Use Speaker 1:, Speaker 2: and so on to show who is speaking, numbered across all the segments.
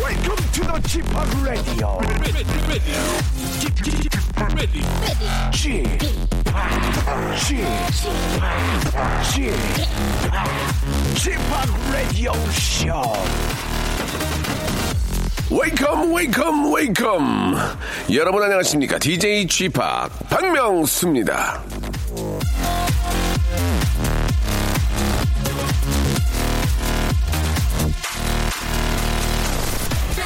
Speaker 1: Welcome to the Chip Radio.
Speaker 2: ready, ready, Keep- keep- keep ready.
Speaker 1: Chip, Chip, Chip, Chip Radio Show.
Speaker 3: 웨이컴 웨이컴 웨이컴 여러분 안녕하십니까 DJ g 팍 박명수입니다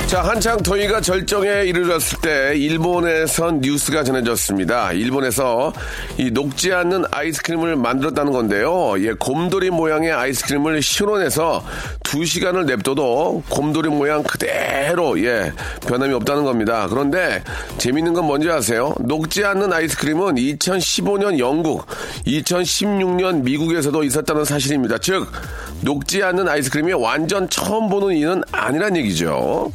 Speaker 3: 자 한창 더위가 절정에 이르렀을 때 일본에선 뉴스가 전해졌습니다 일본에서 이 녹지 않는 아이스크림을 만들었다는 건데요 예 곰돌이 모양의 아이스크림을 실온에서 두시간을 냅둬도 곰돌이 모양 그대로 예 변함이 없다는 겁니다 그런데 재밌는 건 뭔지 아세요? 녹지 않는 아이스크림은 2015년 영국, 2016년 미국에서도 있었다는 사실입니다. 즉, 녹지 않는 아이스크림이 완전 처음 보는 이는 아니란 얘기죠.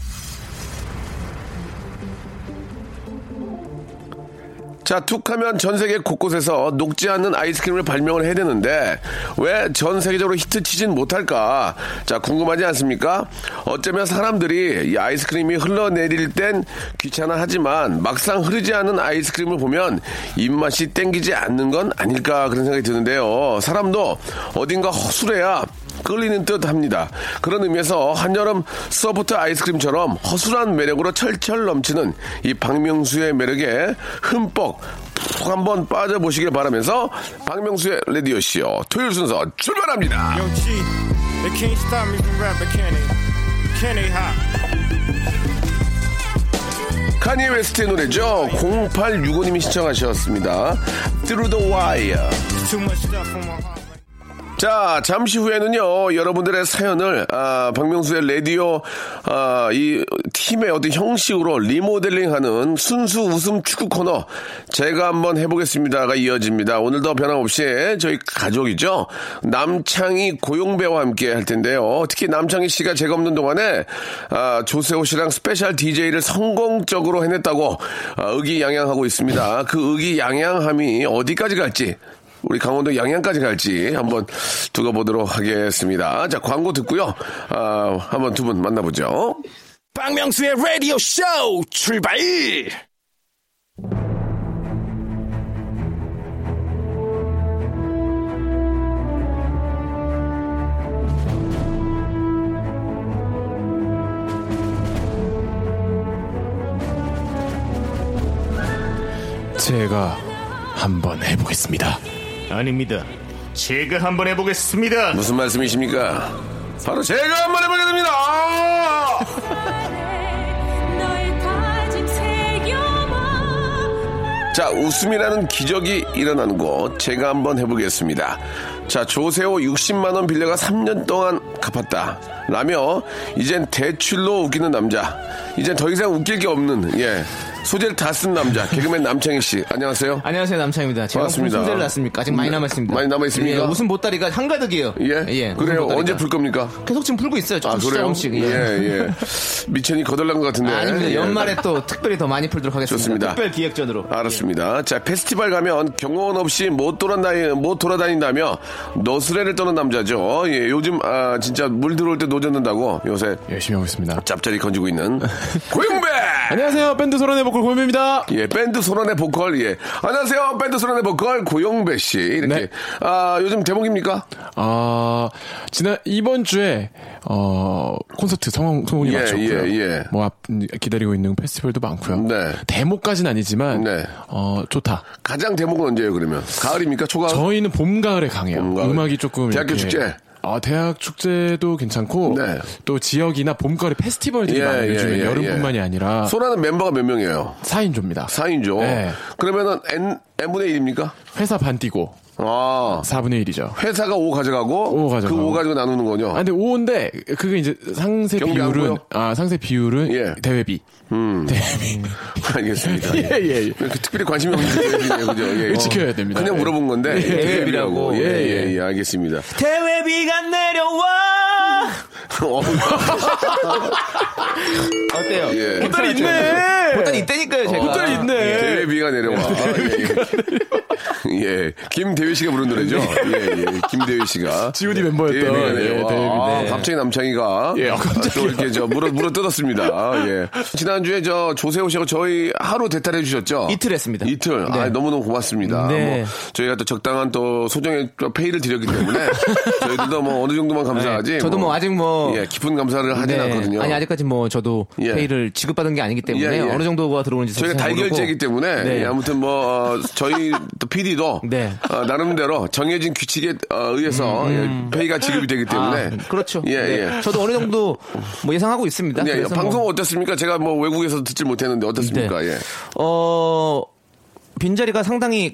Speaker 3: 자, 툭하면 전 세계 곳곳에서 녹지 않는 아이스크림을 발명을 해야 되는데 왜 전 세계적으로 히트치진 못할까? 자, 궁금하지 않습니까? 어쩌면 사람들이 이 아이스크림이 흘러내릴 땐 귀찮아하지만 막상 흐르지 않은 아이스크림을 보면 입맛이 땡기지 않는 건 아닐까 그런 생각이 드는데요. 사람도 어딘가 허술해야 끌리는 듯 합니다. 그런 의미에서 한여름 서포트 아이스크림처럼 허술한 매력으로 철철 넘치는 이 박명수의 매력에 흠뻑 푹 한번 빠져보시길 바라면서 박명수의 레디오쇼 토요일 순서 출발합니다.
Speaker 4: Yo, G, they can't stop me from rapping, can they? Can they hop?
Speaker 3: 카니에 웨스트의 노래죠. 0865님이 신청하셨습니다. Through the Wire.
Speaker 4: There's too much stuff on my heart. right
Speaker 3: 자, 잠시 후에는요, 여러분들의 사연을, 아, 박명수의 라디오, 아, 이 팀의 어떤 형식으로 리모델링 하는 순수 웃음 축구 코너, 제가 한번 해보겠습니다가 이어집니다. 오늘도 변함없이 저희 가족이죠. 남창희 고용배와 함께 할 텐데요. 특히 남창희 씨가 제가 없는 동안에, 아, 조세호 씨랑 스페셜 DJ를 성공적으로 해냈다고, 아, 의기양양하고 있습니다. 그 의기양양함이 어디까지 갈지, 우리 강원도 양양까지 갈지 한번 두고 보도록 하겠습니다. 자, 광고 듣고요. 아, 한번 두 분 만나보죠.
Speaker 1: 박명수의 라디오 쇼 출발.
Speaker 5: 제가 한번 해보겠습니다.
Speaker 6: 아닙니다. 제가 한번 해보겠습니다.
Speaker 3: 무슨 말씀이십니까? 바로 제가 한번 해보겠습니다!
Speaker 7: 너의 다짐 새겨봐
Speaker 3: 자, 웃음이라는 기적이 일어나는 곳, 제가 한번 해보겠습니다. 자, 조세호 60만원 빌려가 3년 동안 갚았다. 라며, 이젠 대출로 웃기는 남자. 이젠 더 이상 웃길 게 없는, 예. 소재를 다 쓴 남자, 개그맨 남창희 씨. 안녕하세요.
Speaker 5: 안녕하세요 남창입니다. 제가
Speaker 3: 반갑습니다.
Speaker 5: 무슨 소리를 났습니까? 아직 많이
Speaker 3: 네,
Speaker 5: 남았습니다.
Speaker 3: 많이 남아있습니까?
Speaker 5: 예, 웃음 보따리가 한가득이에요.
Speaker 3: 예?
Speaker 5: 웃음
Speaker 3: 그래요.
Speaker 5: 보따리가.
Speaker 3: 언제 풀 겁니까?
Speaker 5: 계속 지금 풀고 있어요.
Speaker 3: 아,
Speaker 5: 조금씩
Speaker 3: 그래요?
Speaker 5: 조금씩.
Speaker 3: 예,
Speaker 5: 예.
Speaker 3: 예. 미천이 거덜난 것 같은데.
Speaker 5: 아, 닙니다
Speaker 3: 예.
Speaker 5: 연말에 또 특별히 더 많이 풀도록 하겠습니다.
Speaker 3: 좋습니다. 아.
Speaker 5: 특별 기획전으로.
Speaker 3: 알았습니다. 자, 페스티벌 가면 경호원 없이 못 돌아다니, 못 돌아다닌다며 너스레를 떠는 남자죠. 예, 요즘, 아, 진짜 물 들어올 때 노젓는다고 요새
Speaker 5: 열심히 하고 있습니다.
Speaker 3: 짭짤이 건지고 있는 고영배!
Speaker 5: 안녕하세요 밴드 소란의 보컬 고민입니다.
Speaker 3: 예, 밴드 소란의 보컬, 예. 안녕하세요. 밴드 소란의 보컬 고영배 씨. 이렇게.
Speaker 8: 네.
Speaker 3: 아, 요즘 대목입니까?
Speaker 8: 아 지난 이번 주에 어 콘서트 성공 성공이
Speaker 3: 예,
Speaker 8: 맞췄고요.
Speaker 3: 예, 예.
Speaker 8: 뭐 앞, 기다리고 있는 페스티벌도 많고요.
Speaker 3: 네.
Speaker 8: 대목까지는 아니지만
Speaker 3: 네.
Speaker 8: 어 좋다.
Speaker 3: 가장 대목은 언제예요, 그러면? 가을입니까? 초가을?
Speaker 8: 저희는 봄 가을에 강해요.
Speaker 3: 봄, 가을.
Speaker 8: 음악이 조금
Speaker 3: 대학교
Speaker 8: 이렇게-
Speaker 3: 축제?
Speaker 8: 아 대학 축제도 괜찮고
Speaker 3: 네.
Speaker 8: 또 지역이나 봄 가을 페스티벌들이
Speaker 3: 예,
Speaker 8: 많아요.
Speaker 3: 예,
Speaker 8: 요즘에
Speaker 3: 예,
Speaker 8: 여름뿐만이
Speaker 3: 예.
Speaker 8: 아니라
Speaker 3: 소라는 멤버가 몇 명이에요?
Speaker 8: 사인조입니다.
Speaker 3: 4인조.
Speaker 8: 네.
Speaker 3: 그러면은 N, N분의 1입니까?
Speaker 8: 회사 반 뛰고
Speaker 3: 아.
Speaker 8: 4분의 1이죠.
Speaker 3: 회사가 5 가져가고,
Speaker 8: 오 가져가고.
Speaker 3: 그5 가지고 나누는군요.
Speaker 8: 아, 근데 5인데 그게 이제 상세
Speaker 3: 경비 안
Speaker 8: 비율은
Speaker 3: 보여?
Speaker 8: 아 상세 비율은
Speaker 3: 예.
Speaker 8: 대회비. 대회비.
Speaker 3: 알겠습니다.
Speaker 8: 예, 예, 예.
Speaker 3: 그 특별히 관심이 없는 분이네요, 그죠? 예, 예.
Speaker 8: 지켜야 됩니다.
Speaker 3: 그냥
Speaker 8: 예.
Speaker 3: 물어본 건데, 대회비라고.
Speaker 5: 대회비라고.
Speaker 3: 예, 예, 예, 알겠습니다.
Speaker 5: 대회비가 내려와.
Speaker 3: 어,
Speaker 5: 어때요?
Speaker 3: 예.
Speaker 5: 보따리 있네. 보따리 있다니까요 제가.
Speaker 3: 아,
Speaker 8: 있네.
Speaker 3: 대회비가 비가 내려와. 예, 예. 예. 김대휘 씨가 부른 노래죠.
Speaker 8: 네.
Speaker 3: 예, 예. 김대휘 씨가.
Speaker 8: G.O.D. 멤버였던,
Speaker 3: 대휘가
Speaker 8: 예,
Speaker 3: 내려와.
Speaker 8: 대휘,
Speaker 3: 네, 아,
Speaker 8: 네.
Speaker 3: 갑자기 남창희가
Speaker 9: 어,
Speaker 8: 예, 아,
Speaker 3: 또 이렇게 저 물어 물어 뜯었습니다. 예. 지난주에 저 조세호 씨하고 저희 하루 대탈해 주셨죠.
Speaker 9: 이틀 했습니다.
Speaker 3: 이틀. 아,
Speaker 9: 네.
Speaker 3: 너무너무 고맙습니다.
Speaker 9: 네.
Speaker 3: 뭐 저희가 또 적당한 또 소정의 또 페이를 드렸기 때문에 저희들도 뭐 어느 정도만 감사하지.
Speaker 9: 네, 저도 뭐 아직 뭐-
Speaker 3: 예, 깊은 감사를
Speaker 5: 네.
Speaker 3: 하진 않거든요.
Speaker 9: 아니 아직까지 뭐 저도
Speaker 3: 예.
Speaker 9: 페이를 지급받은 게 아니기 때문에
Speaker 3: 예, 예.
Speaker 9: 어느 정도가 들어오는지
Speaker 3: 저희가
Speaker 9: 자세히 모르고.
Speaker 3: 달결제이기 때문에
Speaker 9: 네.
Speaker 3: 예, 아무튼 뭐 어, 저희 또 PD도 어,
Speaker 9: 네.
Speaker 3: 나름대로 정해진 규칙에 어, 의해서 예, 페이가 지급이 되기 때문에
Speaker 9: 음. 그렇죠.
Speaker 3: 예,
Speaker 9: 네.
Speaker 3: 예.
Speaker 9: 저도 어느 정도 뭐 예상하고 있습니다.
Speaker 3: 예, 예.
Speaker 9: 그래서 뭐-
Speaker 3: 방송 어땠습니까? 제가 뭐 외국에서 듣질 못했는데 어떻습니까?
Speaker 9: 네.
Speaker 3: 예.
Speaker 9: 어 빈자리가 상당히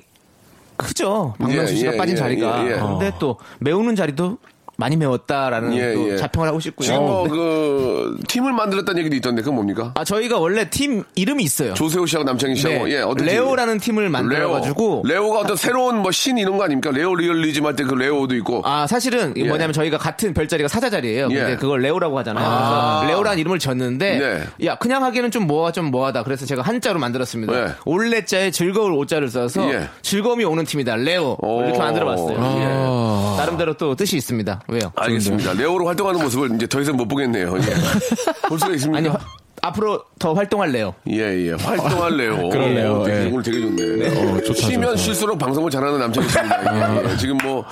Speaker 9: 크죠. 박명수
Speaker 3: 예,
Speaker 9: 씨가
Speaker 3: 예,
Speaker 9: 빠진
Speaker 3: 예,
Speaker 9: 자리가.
Speaker 3: 예, 예.
Speaker 9: 근데 또 매우는 자리도 많이 매웠다라는
Speaker 3: 예,
Speaker 9: 또
Speaker 3: 예.
Speaker 9: 자평을 하고 싶고요. 네.
Speaker 3: 지금 뭐 그 팀을 만들었다는 얘기도 있던데 그건 뭡니까?
Speaker 9: 아 저희가 원래 팀 이름이 있어요.
Speaker 3: 조세호 씨하고 남창희 씨하고
Speaker 9: 네.
Speaker 3: 예, 어떤
Speaker 9: 레오라는 팀을
Speaker 3: 팀이에요? 레오.
Speaker 9: 만들어가지고 아.
Speaker 3: 레오가 어떤 새로운 뭐 신 이런 거 아닙니까? 레오 리얼리즘 할 때 그 레오도 있고
Speaker 9: 아 사실은 이게
Speaker 3: 예.
Speaker 9: 뭐냐면 저희가 같은 별자리가 사자 자리예요. 근데
Speaker 3: 예.
Speaker 9: 그걸 레오라고 하잖아요.
Speaker 3: 아. 네.
Speaker 9: 그래서 레오라는 이름을 지었는데 야 그냥 하기는 좀 뭐가 좀 뭐하다. 그래서 제가 한자로 만들었습니다.
Speaker 3: 예.
Speaker 9: 올레자에 즐거울 오자를 써서
Speaker 3: 예.
Speaker 9: 즐거움이 오는 팀이다. 레오
Speaker 3: 오.
Speaker 9: 뭐 이렇게 만들어봤어요.
Speaker 8: 아.
Speaker 9: 예. 나름대로 또 뜻이 있습니다. 왜요?
Speaker 3: 아, 알겠습니다.
Speaker 9: 네.
Speaker 3: 레오로 활동하는 모습을 이제 더 이상 못 보겠네요. 예. 볼 수가 있습니다.
Speaker 9: 아니 화- 앞으로 더 활동할 레오.
Speaker 3: 예, 예.
Speaker 9: 아,
Speaker 3: 활동할래요.
Speaker 8: 그러네요.
Speaker 3: 오, 어, 되게,
Speaker 8: 예.
Speaker 3: 오늘 되게 좋네.
Speaker 8: 어, 좋다,
Speaker 3: 쉬면
Speaker 8: 좋다.
Speaker 3: 쉴수록 방송을 잘하는 남자입니다.
Speaker 9: 아.
Speaker 3: 예, 예. 지금 뭐,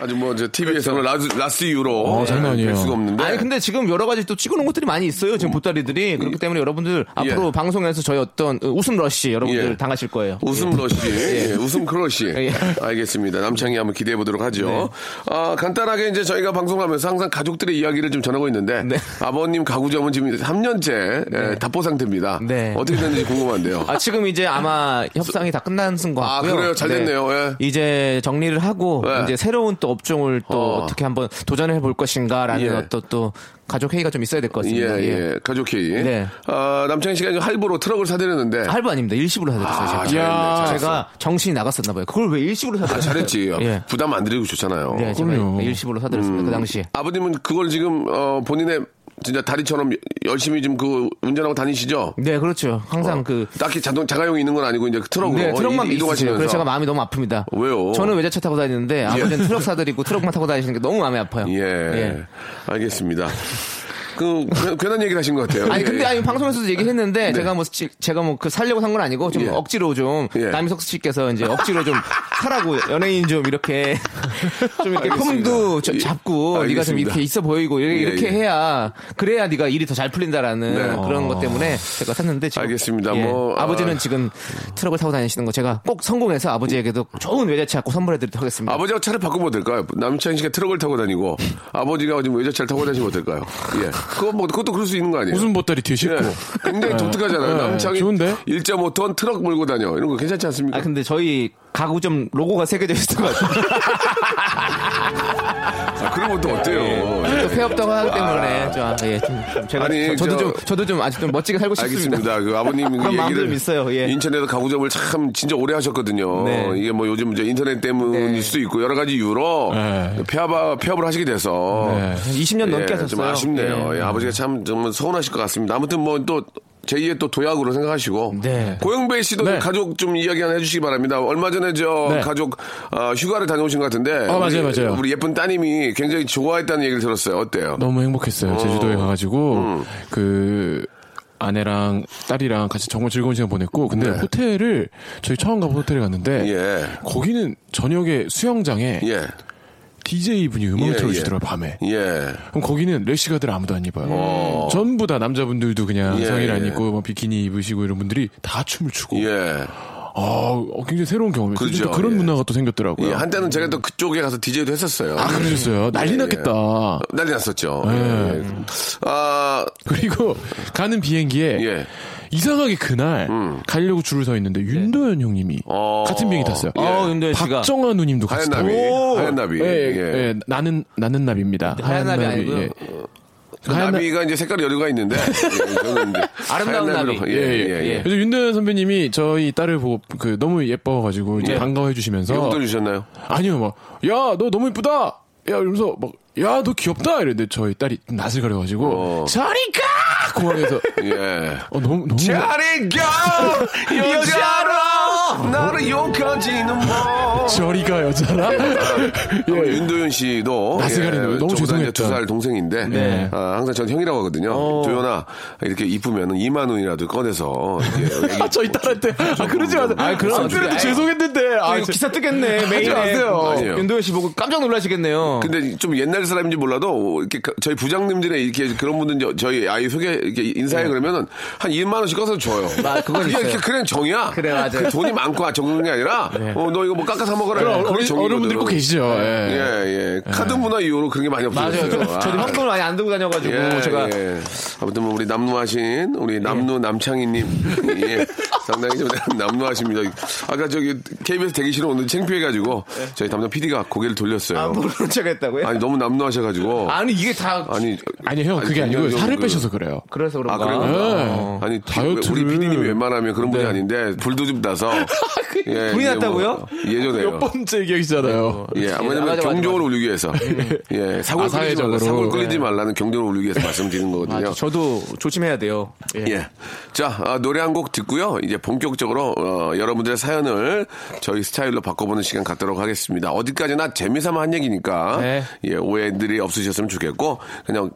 Speaker 3: 아주 뭐, 저 TV에서는 라스, 라스 이후로.
Speaker 8: 어, 장난 아니에요.
Speaker 3: 뵐 수가 없는데.
Speaker 9: 그렇죠. 아니 근데 지금 여러 가지 또 찍어놓은 것들이 많이 있어요 지금 보따리들이 그렇기 때문에 여러분들
Speaker 3: 예.
Speaker 9: 앞으로 방송에서 저희 어떤 웃음 러쉬 여러분들
Speaker 3: 예.
Speaker 9: 당하실 거예요.
Speaker 3: 웃음 러시, 예, 웃음 크러쉬.
Speaker 9: 예. 네.
Speaker 3: 알겠습니다. 남창이 한번 기대해 보도록 하죠. 아, 간단하게 이제 저희가 방송하면서 항상 가족들의 이야기를 좀 전하고 있는데
Speaker 9: 네.
Speaker 3: 아버님 가구점은 지금 3년째 예, 답보 상태입니다.
Speaker 9: 네.
Speaker 3: 어떻게 됐는지 궁금한데요.
Speaker 9: 아, 지금 이제 아마 협상이 다 끝난 것
Speaker 3: 아,
Speaker 9: 같고요.
Speaker 3: 그래요? 잘 됐네요. 예.
Speaker 9: 이제 정리를 하고
Speaker 3: 예.
Speaker 9: 이제 새로운 또 업종을 또
Speaker 3: 어.
Speaker 9: 어. 떻게 한번 도전을 해볼 것인가라는
Speaker 3: 예.
Speaker 9: 어떤 또 가족 회의가 좀 있어야 될 것
Speaker 3: 예,
Speaker 9: 같습니다.
Speaker 3: 예. 가족 회의.
Speaker 9: 네.
Speaker 3: 아, 남창희 씨가 이제 할부로 트럭을 사드렸는데.
Speaker 9: 할부 아닙니다. 일시불로 사드렸어요.
Speaker 3: 아,
Speaker 9: 제가.
Speaker 3: 잘했네, 잘했어. 아,
Speaker 9: 제가 정신이 나갔었나 봐요. 그걸 왜 일시불로 사드렸어요?
Speaker 3: 잘했지.
Speaker 9: 예.
Speaker 3: 부담 안 드리고 좋잖아요. 음.
Speaker 9: 네, 제가
Speaker 8: 그럼요.
Speaker 9: 일시불로 사드렸습니다. 그 당시에.
Speaker 3: 아버님은 그걸 지금 어, 본인의 진짜 다리처럼 열심히 좀 그 운전하고 다니시죠.
Speaker 9: 네, 그렇죠. 항상 그
Speaker 3: 딱히 자동 자가용 있는 건 아니고 이제 그 어. 트럭으로
Speaker 9: 네, 트럭만
Speaker 3: 이-
Speaker 9: 이동하시면서.
Speaker 3: 이동하시면서.
Speaker 9: 그래서 제가 마음이 너무 아픕니다.
Speaker 3: 왜요?
Speaker 9: 저는 외제차 타고 다니는데 아버지는 트럭 사드리고 트럭만 타고 다니시는 게 너무 마음이 아파요.
Speaker 3: 예. 알겠습니다. 그 괜- 괜한 얘기를 하신 것 같아요.
Speaker 9: 아니
Speaker 3: 예,
Speaker 9: 근데
Speaker 3: 예.
Speaker 9: 아니 방송에서도 얘기했는데 제가 뭐 지- 제가 뭐 그 살려고 산 건 아니고 좀
Speaker 3: 네. 예.
Speaker 9: 억지로 좀
Speaker 3: 예.
Speaker 9: 남희석 씨께서 이제 억지로 좀 사라고 연예인 좀 이렇게 좀 이렇게
Speaker 3: 알겠습니다.
Speaker 9: 폼도 저-
Speaker 3: 예.
Speaker 9: 잡고 네가 좀
Speaker 3: 알겠습니다.
Speaker 9: 이렇게 있어 보이고 이렇게,
Speaker 3: 예,
Speaker 9: 이렇게
Speaker 3: 예.
Speaker 9: 해야 그래야 네가 일이 더 잘 풀린다라는
Speaker 3: 네.
Speaker 9: 그런 것 때문에 제가 샀는데 지금 예.
Speaker 3: 알겠습니다. 뭐, 아.
Speaker 9: 아버지는 지금 트럭을 타고 다니시는 거 제가 꼭 성공해서 아버지에게도 좋은 외제차 꼭 선물해드리도록 하겠습니다.
Speaker 3: 예. 아버지하고 차를 바꾸면 어떨까요? 남창희 씨가 트럭을 타고 다니고 아버지가 지금 외제차를 타고 다니시면 어떨까요? 예. 그거 뭐 그것도 그럴 수 있는 거 아니에요?
Speaker 8: 웃음 보따리 뒤에 싣고.
Speaker 9: 뭐.
Speaker 3: 예. 굉장히 독특하잖아요.
Speaker 9: 예.
Speaker 8: 네,
Speaker 3: 남창이
Speaker 8: 좋은데?
Speaker 3: 1.5톤 트럭 몰고 다녀. 이런 거 괜찮지 않습니까?
Speaker 9: 아 근데 저희 가구점 로고가 새겨져 있을 것 같아요.
Speaker 3: 아, 그런 것도 어때요? 예.
Speaker 9: 또 폐업다고 하기 때문에 좀, 아, 예, 좀, 좀 제가
Speaker 3: 아니,
Speaker 9: 저, 도
Speaker 3: 저-
Speaker 9: 좀 저도 좀 아직 좀 멋지게 살고 싶습니다.
Speaker 3: 알겠습니다. 그 아버님 그
Speaker 9: 그런 마음들
Speaker 3: 얘기를
Speaker 9: 있어요. 예.
Speaker 3: 인천에서 가구점을 참 진짜 오래 하셨거든요.
Speaker 9: 네.
Speaker 3: 이게 뭐 요즘 이제 인터넷 때문일
Speaker 9: 네.
Speaker 3: 수도 있고 여러 가지 이유로
Speaker 8: 네.
Speaker 3: 폐업 폐업을 하시게 돼서
Speaker 8: 네.
Speaker 9: 예, 20년 넘게 하셨어요.
Speaker 3: 예, 좀 아쉽네요. 예, 아버지가 참 정말 서운하실 것 같습니다. 아무튼 뭐 또 제2의 또 도약으로 생각하시고
Speaker 9: 네.
Speaker 3: 고영배 씨도
Speaker 8: 네.
Speaker 3: 좀 가족 좀 이야기 하나 해주시기 바랍니다. 얼마 전에 저
Speaker 8: 네.
Speaker 3: 가족 어, 휴가를 다녀오신 것 같은데
Speaker 8: 아, 맞아요,
Speaker 3: 우리,
Speaker 8: 맞아요.
Speaker 3: 우리 예쁜 따님이 굉장히 좋아했다는 얘기를 들었어요. 어때요? 음.
Speaker 8: 너무 행복했어요. 제주도에 가가지고 그 아내랑 딸이랑 같이 정말 즐거운 시간 보냈고 근데
Speaker 3: 네.
Speaker 8: 호텔을 저희 처음 가본 호텔에 갔는데
Speaker 3: 예.
Speaker 8: 거기는 저녁에 수영장에
Speaker 3: 예,
Speaker 8: DJ 분이 음악을
Speaker 3: 예,
Speaker 8: 틀어주시더라고요 밤에.
Speaker 3: 예.
Speaker 8: 그럼 거기는 래시가들 아무도 안 입어요. 전부 다 남자분들도 그냥
Speaker 3: 예,
Speaker 8: 상의를 안
Speaker 3: 예.
Speaker 8: 입고 뭐 비키니 입으시고 이런 분들이 다 춤을 추고.
Speaker 3: 예.
Speaker 8: 아, 어, 굉장히 새로운 경험이었어요.
Speaker 3: 그죠,
Speaker 8: 또 그런
Speaker 3: 예.
Speaker 8: 문화가 또 생겼더라고요.
Speaker 3: 예, 한때는 제가 또 그쪽에 가서 DJ도 했었어요.
Speaker 8: 아, 그러셨어요. 난리
Speaker 3: 예, 예.
Speaker 8: 났겠다.
Speaker 3: 난리 났었죠.
Speaker 8: 예.
Speaker 3: 예. 아,
Speaker 8: 그리고 가는 비행기에
Speaker 3: 예.
Speaker 8: 이상하게 그날 가려고 줄을 서 있는데 윤도현 형님이
Speaker 3: 음. 네. 어.
Speaker 8: 같은 비행기 탔어요.
Speaker 3: 예.
Speaker 9: 어, 윤도현 씨가
Speaker 8: 박정아 누님도 같이
Speaker 3: 하얀
Speaker 8: 타고.
Speaker 3: 나비. 하얀 나비.
Speaker 8: 예, 예,
Speaker 3: 예.
Speaker 8: 예, 나는 나는 나비입니다.
Speaker 9: 네, 하얀 나비 아니고요.
Speaker 8: 예.
Speaker 3: 그
Speaker 8: 하얀 나-
Speaker 3: 나비가 이제 색깔이 여러 가지가 있는데 예, 저는 이제
Speaker 9: 아름다운
Speaker 3: 하얀
Speaker 9: 나비.
Speaker 3: 나비로-
Speaker 8: 예,
Speaker 3: 예,
Speaker 8: 예,
Speaker 3: 예, 예.
Speaker 8: 그래서 윤도현 선배님이 저희 딸을 보고 그 너무 예뻐가지고 이제
Speaker 3: 네.
Speaker 9: 예.
Speaker 8: 반가워해 주시면서
Speaker 3: 용돈 주셨나요?
Speaker 8: 아니요 막야 너 너무 이쁘다 야 이러면서 막야 너 귀엽다 이랬는데 저희 딸이 좀 낯을 가려가지고
Speaker 3: 어.
Speaker 8: 저리 가 공항에서
Speaker 3: 예.
Speaker 8: 어, 너무 너무
Speaker 3: 자리 가 여자로 나를 욕하지는 뭐.
Speaker 8: 저리가 여자라.
Speaker 3: 아마 윤도현 씨도
Speaker 8: 예. 아,
Speaker 3: 예,
Speaker 8: 나스가리 노래 너무 네.
Speaker 3: 저보다
Speaker 8: 죄송했다.
Speaker 3: 이제 두살 동생인데 아, 항상 전 형이라고 하거든요.
Speaker 8: 어.
Speaker 3: 도현아 이렇게 이쁘면 2만 원이라도 꺼내서 이렇게
Speaker 8: 아, 저희 딸한테 아 그러지 마세요.
Speaker 9: 아이, 그럼 안
Speaker 8: 선배한테
Speaker 9: 돼요.
Speaker 8: 죄송했는데. 아,
Speaker 9: 이거
Speaker 8: 제-
Speaker 9: 기사 뜨겠네 메일에 어,
Speaker 8: 마세요.
Speaker 3: 아니에요.
Speaker 9: 윤도현 씨 보고 깜짝 놀라시겠네요.
Speaker 3: 근데 좀 옛날 사람인지 몰라도 이렇게 가- 저희 부장님들의 이렇게 그런 분들 이제 저희 아이 소개 이렇게 인사해
Speaker 8: 네.
Speaker 3: 그러면은 한 2만 원씩 꺼서 줘요.
Speaker 9: 아, 그건
Speaker 3: 그게
Speaker 9: 있어요.
Speaker 3: 이렇게 그냥 정이야.
Speaker 9: 그래, 맞아요.
Speaker 3: 그 돈이 많고 적는 게 아니라 어 너 이거 뭐 깎아서 먹어라.
Speaker 8: 네. 그럼
Speaker 3: 그게
Speaker 8: 어른-
Speaker 3: 정이거든.
Speaker 8: 어른분들이 꼭 계시죠.
Speaker 3: 예,
Speaker 8: 예.
Speaker 3: 예. 카드 문화 이후로 그런 게 많이 없어졌어요.
Speaker 9: 맞아요. 저- 저도
Speaker 3: 아.
Speaker 9: 현금을 많이 안 들고 다녀가지고
Speaker 3: 예,
Speaker 9: 제가
Speaker 3: 예. 아무튼 뭐 우리 남루하신 우리 남루 남창희님 예. 상당히 좀 남루하십니다. 아까 저기 KBS 대기실에 오늘 창피해가지고 저희 담당 PD가 고개를 돌렸어요.
Speaker 9: 아, 모르는 척했다고요?
Speaker 3: 아니 너무 남루하셔가지고
Speaker 9: 아니 이게 다
Speaker 3: 아니
Speaker 8: 아니 형 그게
Speaker 3: 아니,
Speaker 8: 아니고
Speaker 3: 좀
Speaker 8: 살을
Speaker 3: 그-
Speaker 8: 빼셔서 그래요.
Speaker 9: 그래서
Speaker 3: 아
Speaker 9: 그런가?
Speaker 3: 그래요?
Speaker 8: 어.
Speaker 3: 아니
Speaker 8: 다이어트를-
Speaker 3: 우리 PD님이 웬만하면 그런 분이
Speaker 8: 네.
Speaker 3: 아닌데 불도 좀 나서 예, 이게
Speaker 9: 불이
Speaker 3: 뭐
Speaker 9: 났다고요?
Speaker 3: 예전에요.
Speaker 8: 몇 번째 얘기잖아요.
Speaker 3: 예,
Speaker 9: 맞아,
Speaker 3: 왜냐면
Speaker 9: 맞아,
Speaker 3: 경종을 올리기 위해서 예 사고를
Speaker 8: 아,
Speaker 3: 끌리지 말라
Speaker 8: 사회적으로.
Speaker 3: 사고를 끌리지
Speaker 8: 예.
Speaker 3: 말라는 경종을 올리기 위해서 말씀드리는 거거든요.
Speaker 9: 아, 저도 조심해야 돼요. 예.
Speaker 3: 예. 자, 아, 노래 한 곡 듣고요. 이제 본격적으로 어, 여러분들의 사연을 저희 스타일로 바꿔보는 시간 갖도록 하겠습니다. 어디까지나 재미삼아 한 얘기니까
Speaker 9: 네.
Speaker 3: 예, 오해들이 없으셨으면 좋겠고 그냥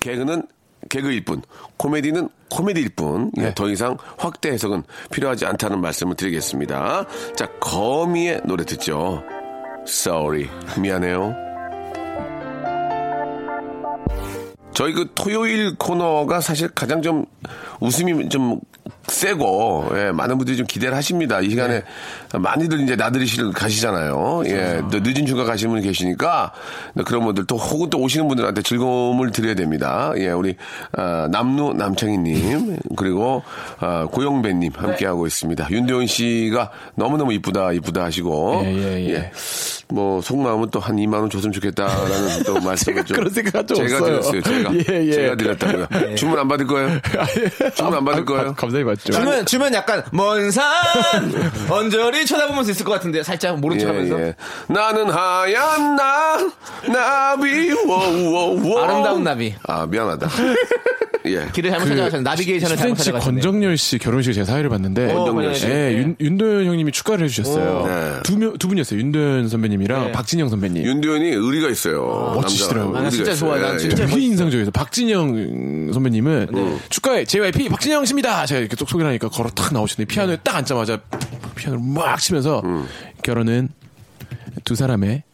Speaker 3: 개그는 개그일 뿐, 코미디는 코미디일 뿐,
Speaker 8: 네.
Speaker 3: 예, 더 이상 확대 해석은 필요하지 않다는 말씀을 드리겠습니다. 자, 거미의 노래 듣죠. Sorry, 미안해요. 저희 그 토요일 코너가 사실 가장 좀 웃음이 좀 세고 예, 많은 분들이 좀 기대를 하십니다. 이 시간에
Speaker 8: 네.
Speaker 3: 많이들 이제 나들이실 가시잖아요. 예,
Speaker 8: 그렇죠.
Speaker 3: 또 늦은 휴가 가시는 분 계시니까 그런 분들 또 혹은 또 오시는 분들한테 즐거움을 드려야 됩니다. 예, 우리 아, 남루 남창희님 그리고 아, 고영배님
Speaker 8: 네.
Speaker 3: 함께 하고 있습니다. 윤도현 씨가 너무 너무 이쁘다 이쁘다 하시고
Speaker 8: 예, 예, 예.
Speaker 3: 뭐 속마음은 또 한 2만 원 줬으면 좋겠다라는 또 말씀을 좀
Speaker 8: 그런 생각은 좀
Speaker 3: 제가 드렸어요.
Speaker 8: 없어요.
Speaker 3: 제가
Speaker 8: 예, 예.
Speaker 3: 제가 드렸다고요. 주문 안 받을 거예요? 주문 안 받을 거예요?
Speaker 8: 아, 감사히 받죠.
Speaker 9: 주면 주면 약간 먼산 언저리 쳐다보면서 있을 것 같은데 살짝
Speaker 3: 예,
Speaker 8: 그렇죠,
Speaker 9: 모른 척하면서
Speaker 3: 나는 하얀 나 나비 워워워
Speaker 9: 아름다운 나비.
Speaker 3: 아 미안하다. 예.
Speaker 9: 길을 잘못 찾아가셨네. 나비게이션을 잘못
Speaker 8: 10cm
Speaker 9: 찾아가셨네.
Speaker 8: 권정열 씨 결혼식에 제가 사회를 봤는데
Speaker 3: 어, 권정열
Speaker 8: 예,
Speaker 3: 씨.
Speaker 8: 윤, 윤도현 형님이 축가를 해주셨어요.
Speaker 3: 네.
Speaker 8: 두, 명, 두 분이었어요. 윤도현 선배님이랑
Speaker 9: 네.
Speaker 8: 박진영 선배님.
Speaker 3: 윤도현이 의리가 있어요. 남자.
Speaker 8: 멋지시더라고요.
Speaker 9: 아, 나 진짜 좋아요. 네. 난
Speaker 3: 예,
Speaker 9: 진짜
Speaker 8: 네, 되게 인상적이어서 박진영 선배님은 축가에 JYP 박진영 씨입니다. 제가 이렇게 쏙 소개를 하니까 걸어 탁 나오시는데 피아노에
Speaker 3: 네.
Speaker 8: 딱 앉자마자 피아노를 막 치면서
Speaker 3: 음.
Speaker 8: 결혼은 두 사람의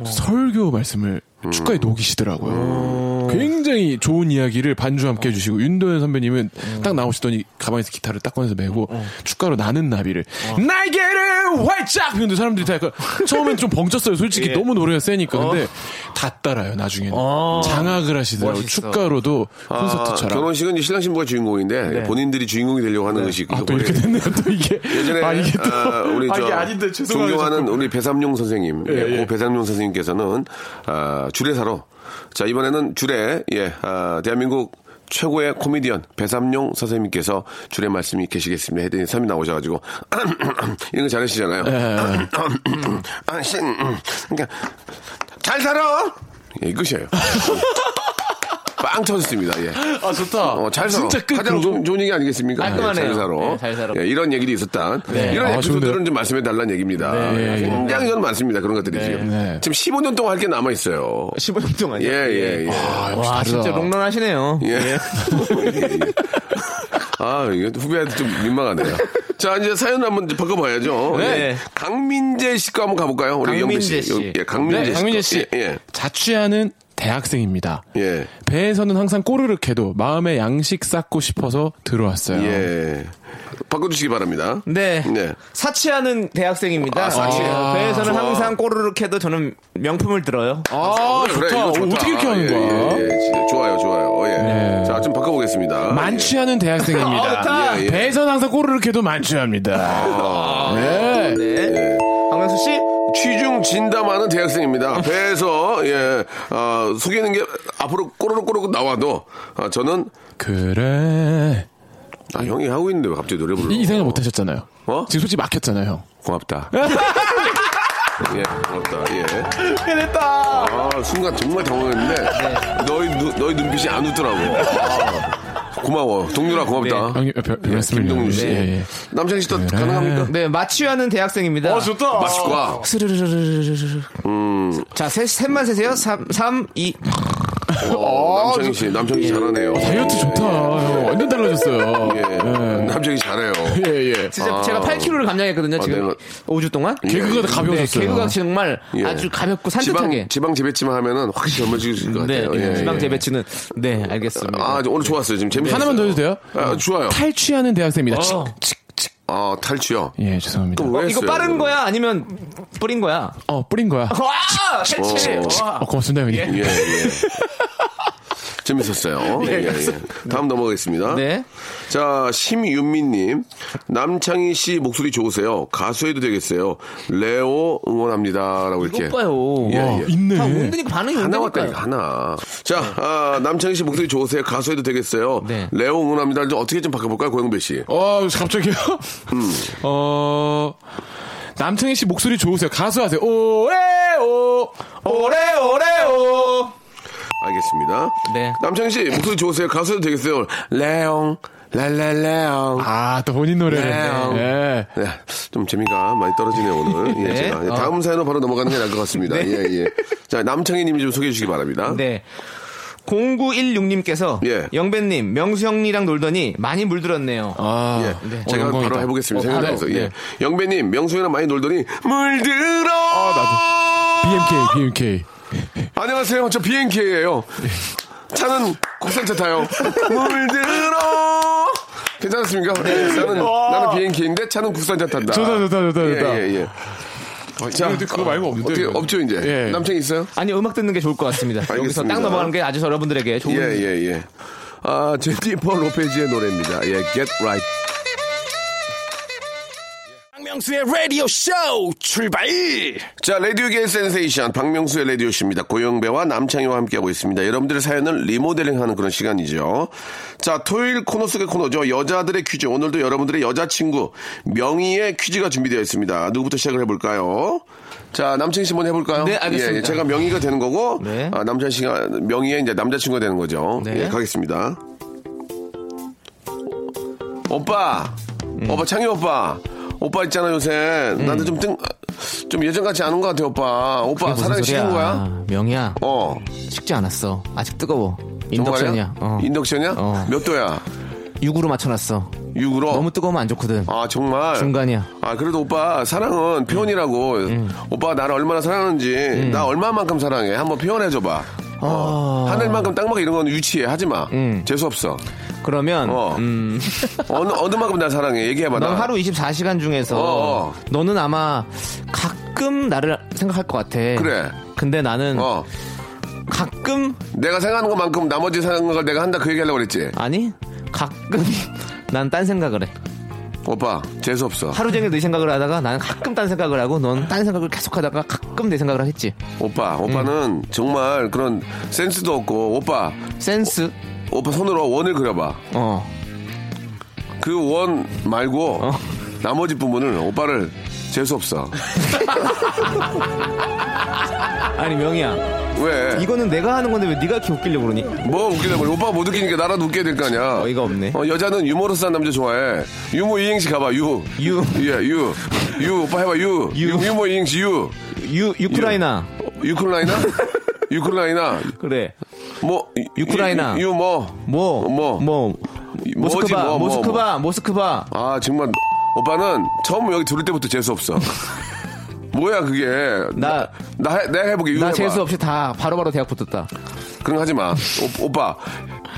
Speaker 8: 어. 설교 말씀을
Speaker 3: 음.
Speaker 8: 축가에 녹이시더라고요. 굉장히 좋은 이야기를 반주
Speaker 3: 어.
Speaker 8: 함께 해주시고 윤도현 선배님은
Speaker 3: 음.
Speaker 8: 딱 나오시더니 가방에서 기타를 딱 꺼내서 메고
Speaker 3: 어.
Speaker 8: 축가로 나는 나비를 날개를 활짝 피는데 사람들이 다 약간 처음엔 좀 벙쪘어요.
Speaker 3: 예.
Speaker 8: 솔직히 너무 노래가 세니까 근데
Speaker 3: 어.
Speaker 8: 다 따라요. 나중에는 장악을 하시더라고요.
Speaker 9: 멋있어.
Speaker 8: 축가로도
Speaker 3: 아,
Speaker 8: 콘서트처럼.
Speaker 3: 결혼식은 이제 신랑 신부가 주인공인데
Speaker 9: 네.
Speaker 3: 본인들이 주인공이 되려고 하는 것이
Speaker 8: 아, 또 이렇게 됐네요. 또 이게
Speaker 3: 예전에
Speaker 8: 아 이게 또
Speaker 3: 아, 우리
Speaker 8: 아,
Speaker 3: 저
Speaker 8: 이게 아닌데 죄송해요.
Speaker 3: 존경하는 우리 배삼룡 선생님, 예,
Speaker 8: 예.
Speaker 3: 고 배삼룡 선생님께서는 아, 주례사로 자 이번에는 주례 예 아, 대한민국 최고의 코미디언 배삼룡 선생님께서 주례 말씀이 계시겠습니다. 해드린 삼이 나오셔가지고 이런 거 잘하시잖아요.
Speaker 8: 예.
Speaker 3: 아, 신, 음. 그러니까 잘 살아. 예, 이것이에요. 빵 터졌습니다. 예.
Speaker 8: 아 좋다.
Speaker 3: 어, 잘 살아.
Speaker 8: 진짜 끝
Speaker 3: 가장
Speaker 8: 그거.
Speaker 3: 좋은, 좋은 얘기 아니겠습니까?
Speaker 9: 깔끔하네요.
Speaker 3: 잘 살아.
Speaker 9: 네, 잘 살아.
Speaker 3: 예, 이런 얘기도 있었다. 이런
Speaker 8: 아,
Speaker 3: 에피소드들은
Speaker 8: 좋네요.
Speaker 3: 좀 말씀해 달라는 얘기입니다.
Speaker 8: 네, 예,
Speaker 3: 굉장히 저는 많습니다. 그런 것들이 지금.
Speaker 8: 네.
Speaker 3: 지금 15년 동안 할 게 남아 있어요.
Speaker 9: 15년 동안.
Speaker 3: 예, 예, 예.
Speaker 8: 아, 역시
Speaker 9: 와
Speaker 8: 다르다.
Speaker 9: 진짜 롱런하시네요.
Speaker 3: 예. 예. 아, 이거 후배한테 좀 민망하네요. 자, 이제 사연을 한번 이제 바꿔봐야죠.
Speaker 9: 네.
Speaker 3: 예. 강민재 씨거 한번 가볼까요? 우리 영배 씨.
Speaker 9: 강민재 씨.
Speaker 3: 예, 강민재
Speaker 8: 네,
Speaker 3: 씨.
Speaker 8: 강민재 씨.
Speaker 3: 예, 예.
Speaker 8: 자취하는 대학생입니다.
Speaker 3: 예.
Speaker 8: 배에서는 항상 꼬르륵해도 마음에 양식 쌓고 싶어서 들어왔어요. 네.
Speaker 3: 예. 바꿔주시기 바랍니다.
Speaker 9: 네.
Speaker 3: 네.
Speaker 9: 사치하는 대학생입니다.
Speaker 3: 아, 사치해요.
Speaker 9: 어, 배에서는
Speaker 3: 좋아.
Speaker 9: 항상 꼬르륵 해도 저는 명품을 들어요.
Speaker 8: 아,
Speaker 3: 그래,
Speaker 8: 좋다.
Speaker 3: 이거 좋다.
Speaker 8: 어떻게 이렇게
Speaker 3: 아,
Speaker 8: 하는
Speaker 3: 예,
Speaker 8: 거야?
Speaker 3: 예, 예, 진짜 좋아요, 좋아요. 어, 예.
Speaker 8: 네.
Speaker 3: 자, 좀 바꿔보겠습니다. 아,
Speaker 8: 만취하는 대학생입니다.
Speaker 3: 예, 아, 예.
Speaker 8: 배에서는 항상 꼬르륵해도 만취합니다. 네.
Speaker 9: 박명수 씨?
Speaker 3: 취중 진담하는 대학생입니다. 배에서 예, 아, 속이는 게 앞으로 꼬르륵꼬르륵 나와도 아, 저는
Speaker 8: 그래.
Speaker 3: 아, 형이 하고 있는데 왜 갑자기 노래 불러?
Speaker 8: 이, 이 생각 못 하셨잖아요.
Speaker 3: 어?
Speaker 8: 지금 솔직히 막혔잖아요, 형.
Speaker 3: 고맙다.
Speaker 8: 뭐.
Speaker 3: 예, 고맙다. 예. 해냈다.
Speaker 8: 네.
Speaker 3: 아, 순간 정말 당황했는데 너희 눈 너희 눈빛이 안 웃더라고. 아, 고마워. 동료라 고맙다.
Speaker 8: 형님, 아, 예, 별, 별 말씀을
Speaker 3: 김동률 씨.
Speaker 8: 네, 예, 예.
Speaker 3: 남창희 씨도 가능합니까?
Speaker 9: 네, 마취하는 대학생입니다.
Speaker 3: 좋다.
Speaker 8: 아.
Speaker 3: 마실과.
Speaker 9: 스르르르르르. 자, 셋, 셋만 세세요. 3, 3, 2.
Speaker 3: 어, 남창희 씨, 남창희 씨 잘하네요.
Speaker 8: 예. 다이어트 좋다. 형, 완전 달라졌어요.
Speaker 3: 예. 남창희 잘해요.
Speaker 8: 예, 예.
Speaker 9: 진짜 제가 8kg를 감량했거든요,
Speaker 3: 아,
Speaker 9: 지금.
Speaker 3: 내가-
Speaker 9: 5주 동안.
Speaker 8: 개그가 더 가벼워졌어요.
Speaker 9: 네, 개그가 정말
Speaker 3: 예.
Speaker 9: 아주 가볍고 산뜻하게.
Speaker 3: 지방, 지방 재배치만 하면은 확실히 젊어질 수 있을 것
Speaker 9: 네,
Speaker 3: 같아요. 예, 예.
Speaker 9: 지방 재배치는. 네, 알겠습니다.
Speaker 3: 아, 오늘 좋았어요. 지금 재밌어요.
Speaker 8: 예. 하나만 더 해도 돼요?
Speaker 3: 아, 좋아요.
Speaker 8: 탈취하는 대학생입니다. 칙, 칙.
Speaker 3: 아, 탈취요.
Speaker 8: 예, 죄송합니다.
Speaker 3: 그럼 왜
Speaker 9: 어, 이거
Speaker 3: 했어요?
Speaker 9: 빠른 거야? 아니면 뿌린 거야?
Speaker 8: 어, 뿌린 거야.
Speaker 9: 와! 해치!
Speaker 8: 어, 고맙습니다, 형님.
Speaker 3: 예, 예. 재밌었어요. 예, 예, 예. 다음 넘어가겠습니다.
Speaker 9: 네.
Speaker 3: 자, 심윤미님. 남창희 씨 목소리 좋으세요. 가수해도 되겠어요. 레오 응원합니다. 라고 이렇게.
Speaker 9: 이것 봐요.
Speaker 3: 예,
Speaker 8: 와,
Speaker 3: 예.
Speaker 8: 어, 있네.
Speaker 9: 다 온다니까 반응이
Speaker 3: 하나
Speaker 9: 온다니까.
Speaker 3: 왔다니까, 하나. 자,
Speaker 8: 네.
Speaker 3: 아, 남창희 씨 목소리 좋으세요. 가수해도 되겠어요.
Speaker 9: 네.
Speaker 3: 레오 응원합니다. 좀 어떻게 좀 바꿔볼까요, 고영배 씨?
Speaker 8: 어, 갑자기요?
Speaker 3: 음.
Speaker 8: 어, 남창희 씨 목소리 좋으세요. 가수 하세요. 오레오, 오레오레오.
Speaker 3: 알겠습니다.
Speaker 9: 네.
Speaker 3: 남창희 씨 목소리 좋으세요. 가수해도 되겠어요. 레옹, 랄랄레옹.
Speaker 8: 아, 또 본인 노래를.
Speaker 3: 레옹.
Speaker 8: 예.
Speaker 3: 네, 좀 재미가 많이 떨어지네요, 오늘. 예,
Speaker 9: 네.
Speaker 3: 제가. 예, 다음 사연으로 바로 넘어가는 게 나을 것 같습니다.
Speaker 8: 네.
Speaker 3: 예, 예. 자, 남창희 님이 좀 소개해 주시기 바랍니다.
Speaker 9: 네. 0916님께서
Speaker 3: 예.
Speaker 9: 영배님 명수 형이랑 놀더니 많이 물들었네요.
Speaker 8: 아,
Speaker 3: 예,
Speaker 8: 네.
Speaker 3: 제가
Speaker 8: 어, 영광이다.
Speaker 3: 바로 해보겠습니다.
Speaker 8: 어,
Speaker 3: 생각나서.
Speaker 8: 바로,
Speaker 3: 예.
Speaker 8: 네.
Speaker 3: 영배님, 명수이랑 많이 놀더니, 물들어!
Speaker 8: 아, BMK, BMK.
Speaker 3: 안녕하세요. 저 BNK예요. 차는 국산차 타요. 물들어! 괜찮습니까? 예, 나는, 나는 BNK인데 차는 국산차 탄다.
Speaker 8: 네. 좋다, 좋다, 좋다, 좋다.
Speaker 3: 예, 예, 예. 자,
Speaker 8: 근데 그거 말고 없는데,
Speaker 3: 어떻게,
Speaker 8: 이거.
Speaker 3: 없죠, 이제?
Speaker 8: 예.
Speaker 3: 남창희 있어요?
Speaker 9: 아니 음악 듣는 게 좋을 것 같습니다. 여기서
Speaker 3: 알겠습니다.
Speaker 9: 딱 넘어가는 게 아주 여러분들에게
Speaker 8: 음.
Speaker 9: 좋은
Speaker 3: 예, 예, 예. 아, 제니퍼 로페즈의 노래입니다. 예, Get Right.
Speaker 1: 박명수의 라디오 쇼 출발!
Speaker 3: 자, 라디오계의 센세이션, 박명수의 라디오쇼입니다. 고영배와 남창희와 함께하고 있습니다. 여러분들의 사연을 리모델링 하는 그런 시간이죠. 자, 토요일 코너 속의 코너죠. 여자들의 퀴즈. 오늘도 여러분들의 여자친구, 명희의 퀴즈가 준비되어 있습니다. 누구부터 시작을 해볼까요? 자, 남창희 씨 먼저 해볼까요?
Speaker 9: 네, 알겠습니다.
Speaker 3: 예, 예, 제가 명희가 되는 거고,
Speaker 9: 네.
Speaker 3: 아, 남창희 씨가, 명희의 이제 남자친구가 되는 거죠.
Speaker 9: 네.
Speaker 3: 예, 가겠습니다. 오빠,
Speaker 9: 음.
Speaker 3: 오빠 창희 오빠, 오빠 있잖아 요새 나한테 좀 뜬, 좀 예전 같지 않은 것 같아 오빠. 오빠
Speaker 9: 무슨
Speaker 3: 사랑
Speaker 9: 소리야. 아,
Speaker 3: 시킨 거야?
Speaker 9: 명이야
Speaker 3: 어.
Speaker 9: 식지 않았어. 아직 뜨거워. 인덕션이야.
Speaker 3: 정말이야?
Speaker 9: 어.
Speaker 3: 인덕션이야?
Speaker 9: 어.
Speaker 3: 몇 도야?
Speaker 9: 6으로 맞춰놨어.
Speaker 3: 6으로.
Speaker 9: 너무 뜨거우면 안 좋거든.
Speaker 3: 아 정말.
Speaker 9: 중간이야. 음.
Speaker 3: 아 그래도 오빠 사랑은 표현이라고. 오빠가 나를 얼마나 사랑하는지, 나 얼마만큼 사랑해. 한번 표현해줘봐. 어. 하늘만큼 땅만큼 이런 건 유치해 하지 마.
Speaker 9: 음.
Speaker 3: 재수 없어.
Speaker 9: 그러면
Speaker 3: 어. 어느 어느만큼 날 사랑해 얘기해봐.
Speaker 9: 음. 넌
Speaker 3: 나.
Speaker 9: 하루 24시간 중에서
Speaker 3: 어, 어.
Speaker 9: 너는 아마 가끔 나를 생각할 것 같아.
Speaker 3: 그래.
Speaker 9: 근데 나는
Speaker 3: 어.
Speaker 9: 가끔
Speaker 3: 내가 생각하는 것만큼 나머지 생각을 내가 한다 그 얘기하려고 그랬지.
Speaker 9: 아니 가끔 난 딴 생각을 해.
Speaker 3: 오빠 재수 없어.
Speaker 9: 하루 종일 네 생각을 하다가 나는 가끔 딴 생각을 하고 넌 딴 생각을 계속하다가 가끔 내 생각을 했지. 음.
Speaker 3: 오빠 오빠는 정말 그런 센스도 없고 오빠
Speaker 9: 센스.
Speaker 3: 오빠 손으로 원을 그려봐.
Speaker 9: 어.
Speaker 3: 그 원 말고 나머지 부분을 오빠를 재수 없어.
Speaker 9: 아니 명희야.
Speaker 3: 왜?
Speaker 9: 이거는 내가 하는 건데 왜 네가 이렇게 웃기려고 그러니?
Speaker 3: 뭐 웃기다 그래. 오빠가 못 웃기니까 나라도 웃겨야 될 거 아니야.
Speaker 9: 어이가 없네.
Speaker 3: 어, 여자는 유머러스한 남자 좋아해. 유머 이행시 가봐. 유.
Speaker 9: 유.
Speaker 3: 예, 유. 유 오빠 해봐. 유.
Speaker 9: 유.
Speaker 3: 유. 머 이행시 유.
Speaker 9: 유 우크라이나.
Speaker 3: 유클라이나? 유클라이나.
Speaker 9: 그래.
Speaker 3: 뭐
Speaker 9: 유크라이나.
Speaker 3: 유, 뭐.
Speaker 9: 뭐.
Speaker 3: 뭐.
Speaker 9: 뭐.
Speaker 3: 뭐지,
Speaker 9: 모스크바.
Speaker 3: 뭐, 뭐,
Speaker 9: 모스크바. 모스크바.
Speaker 3: 아 정말 오빠는 처음 여기 들을 때부터 재수 없어. 뭐야 그게
Speaker 9: 나-
Speaker 3: 나 해- 내가 해보게
Speaker 9: 나
Speaker 3: 이거 해봐.
Speaker 9: 재수 없이 다 바로바로 대학 붙었다.
Speaker 3: 그런 거 하지 마 오, 빠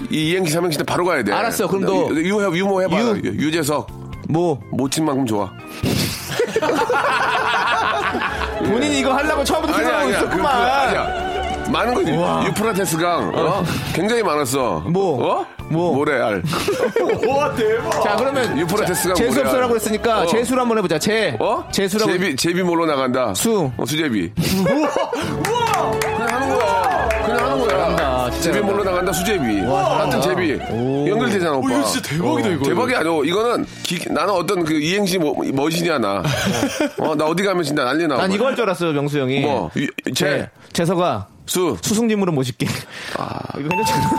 Speaker 3: 이 이행시 삼행시 때 바로 가야 돼
Speaker 9: 알았어, 그럼 너-
Speaker 3: 유, 유, 유모 해봐
Speaker 9: 유.
Speaker 3: 유. 재석
Speaker 9: 뭐
Speaker 3: 못친 만큼 좋아
Speaker 9: 본인이 이거 하려고 처음부터 생각하고
Speaker 3: 그, 그,
Speaker 9: 있었구만.
Speaker 3: 아니야 많은 거지 유프라테스 강 어? 굉장히 많았어
Speaker 9: 뭐?
Speaker 3: 어?
Speaker 9: 뭐?
Speaker 3: 모래알
Speaker 9: 자 그러면
Speaker 3: 어. 유프라테스 강
Speaker 9: 재수
Speaker 3: 모래알.
Speaker 9: 없어라고 했으니까
Speaker 3: 어.
Speaker 9: 재수로 한번 해보자. 재.
Speaker 3: 어?
Speaker 9: 재수라고.
Speaker 3: 제비, 제비 뭘로 나간다.
Speaker 9: 수.
Speaker 3: 어, 수제비. 그냥 하는 거야. 그냥 하는 거야.
Speaker 9: 잘한다, 진짜
Speaker 3: 제비
Speaker 9: 잘한다.
Speaker 3: 뭘로 나간다, 수제비. 하여튼 제비. 연결되잖아, 오빠.
Speaker 8: 이거 진짜 대박이다, 이거.
Speaker 3: 대박이 아니고, 이거는 기- 나는 어떤 그 이행시 뭐, 머신이야, 나. 어, 나 어디 가면 진짜 난리 나.
Speaker 9: 난 이거 할 줄 알았어요 명수 형이. 네.
Speaker 3: 뭐,
Speaker 5: 예.
Speaker 3: 유- 제,
Speaker 9: 재석아
Speaker 3: 수. 아.
Speaker 9: 수승님으로 모실게. 이거 괜찮잖아.